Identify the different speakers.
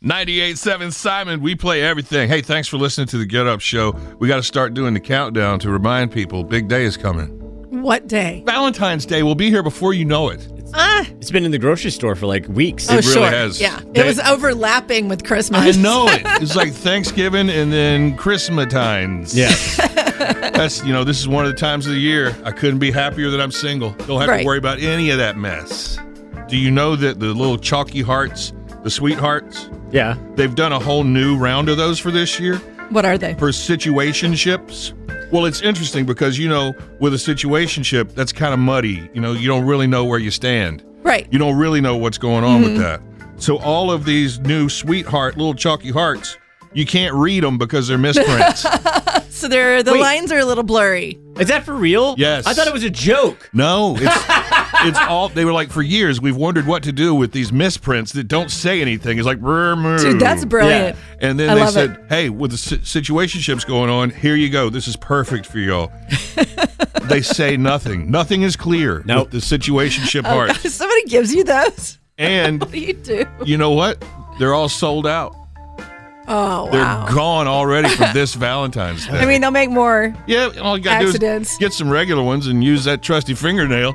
Speaker 1: 98.7 Simon, we play everything. Hey, thanks for listening to the Get Up Show. We got to start doing the countdown to remind people big day is coming.
Speaker 2: What day?
Speaker 1: Valentine's Day will be here before you know it.
Speaker 2: Ah,
Speaker 3: It's been in the grocery store for like weeks.
Speaker 2: oh,
Speaker 1: really
Speaker 2: sure.
Speaker 1: has.
Speaker 2: Yeah,
Speaker 1: They-
Speaker 2: it was overlapping with
Speaker 1: I
Speaker 2: Christmas.
Speaker 1: know it. It's like Thanksgiving and then Christmatines.
Speaker 3: Yeah.
Speaker 1: That's, you know, this is one of the times of the year I couldn't be happier that I'm single. Don't have to
Speaker 2: Right.
Speaker 1: worry about any of that mess. Do you know that the little chalky hearts, the sweethearts,
Speaker 3: yeah.
Speaker 1: they've done a whole new round of those for this year?
Speaker 2: What are they?
Speaker 1: for situationships? Well, it's interesting because you know, with a situationship, that's kind of muddy. You know, you don't really know where you stand.
Speaker 2: Right. Mm-hmm.
Speaker 1: You don't really know what's going on with that. So all of these new sweetheart, little chalky hearts, you can't read them because they're misprints.
Speaker 2: So there, the
Speaker 3: Wait.
Speaker 2: lines are a little blurry.
Speaker 3: Is that for real?
Speaker 1: Yes.
Speaker 3: I thought it was a joke.
Speaker 1: no, it's it's all they were like for years. We've wondered what to do with these misprints that don't say anything. It's like brr,
Speaker 2: Dude, that's
Speaker 1: brr.
Speaker 2: brilliant.
Speaker 1: And then
Speaker 2: I
Speaker 1: they
Speaker 2: love
Speaker 1: said, "Hey, with the si- situationships going on, here you go. This is perfect for y'all." they say nothing. Nothing is clear
Speaker 3: Nope.
Speaker 1: with the situationship part.
Speaker 2: If Somebody gives you those.
Speaker 1: and
Speaker 2: You do.
Speaker 1: you know what? They're all sold out.
Speaker 2: Oh,
Speaker 1: They're
Speaker 2: wow.
Speaker 1: gone already for this Valentine's Day.
Speaker 2: I mean, they'll make more.
Speaker 1: yeah, all you got to do is
Speaker 2: accidents.
Speaker 1: get some regular ones and use that trusty fingernail,